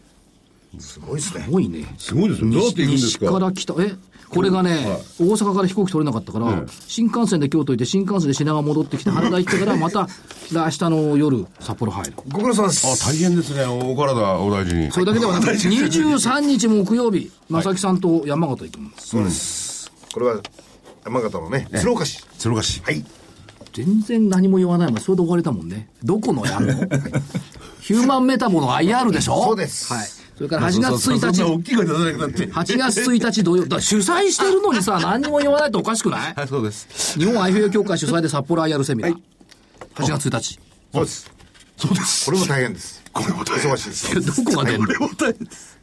G: すごいですね
E: 多いね。
F: すごいですね。どうやって行くんです
E: 西か
F: から
E: 来た、えこれがね、大阪から飛行機取れなかったから、新幹線で京都行って、新幹線で品川戻ってきて、羽田行ってから、また、明日の夜、札幌入る。
G: ご苦労様です
H: あ、大変ですね。お体、 お大事に。
E: それだけではなく、23日木曜日、正木さんと山形行きます。
G: そうです、これは山形のね鶴岡市
H: 鶴岡市。
G: はい
E: 全然何も言わないもん、それで終われたもんね。どこのやんのヒューマンメタボの IR でしょ
G: そうです
E: はい。それから8月
H: そうそうそんな
E: 1
H: 大
E: 日、
H: きい声出さなくなって。
E: 8月1日土曜、だから主催してるのにさ、何にも言わないとおかしくない
H: はい、そうです。
E: 日本 IFA 協会主催で札幌 IR セミナー。
H: はい
E: 8月1日。
G: そうです
H: そうです
G: こ。れも大変です
H: これも大変
G: 忙しいです
E: いやどこが出んの
H: 大変です。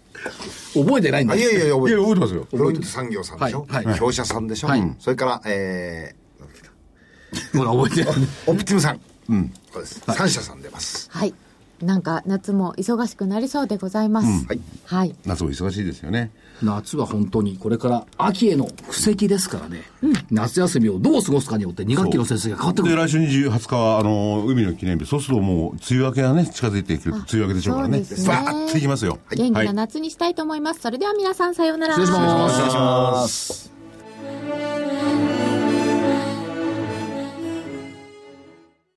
E: 覚えてないん
G: あ
E: だ
G: いやいやいや
H: い
G: 覚え
H: や、
G: て
H: 覚え
G: ます
H: てますよ。
G: フロイント産業さんでしょ、
E: はいはい
G: 業者さんでしょ、
E: はい
G: それからえーなんだっけな
E: ほら、覚えてない。
G: オプティムさん、うん、そうです、三社さん出ます
I: はい。なんか夏も忙しくなりそうでございます。はい。はい。
H: 夏も忙しいですよね。
E: 夏は本当に、これから秋への布石ですからね。夏休みをどう過ごすかによって2学期の成績が変わってく
H: で、
E: る。
H: 来週20、20日は、あの、海の日記念日。そうするともう、梅雨明けがね、近づいてくると梅雨明けでしょうからね。
I: そうですね
H: バーッといきますよ。
I: 元気
H: はい
I: な夏にしたいと思います。それでは皆さんさようなら。
E: 失礼します。
H: お願いします。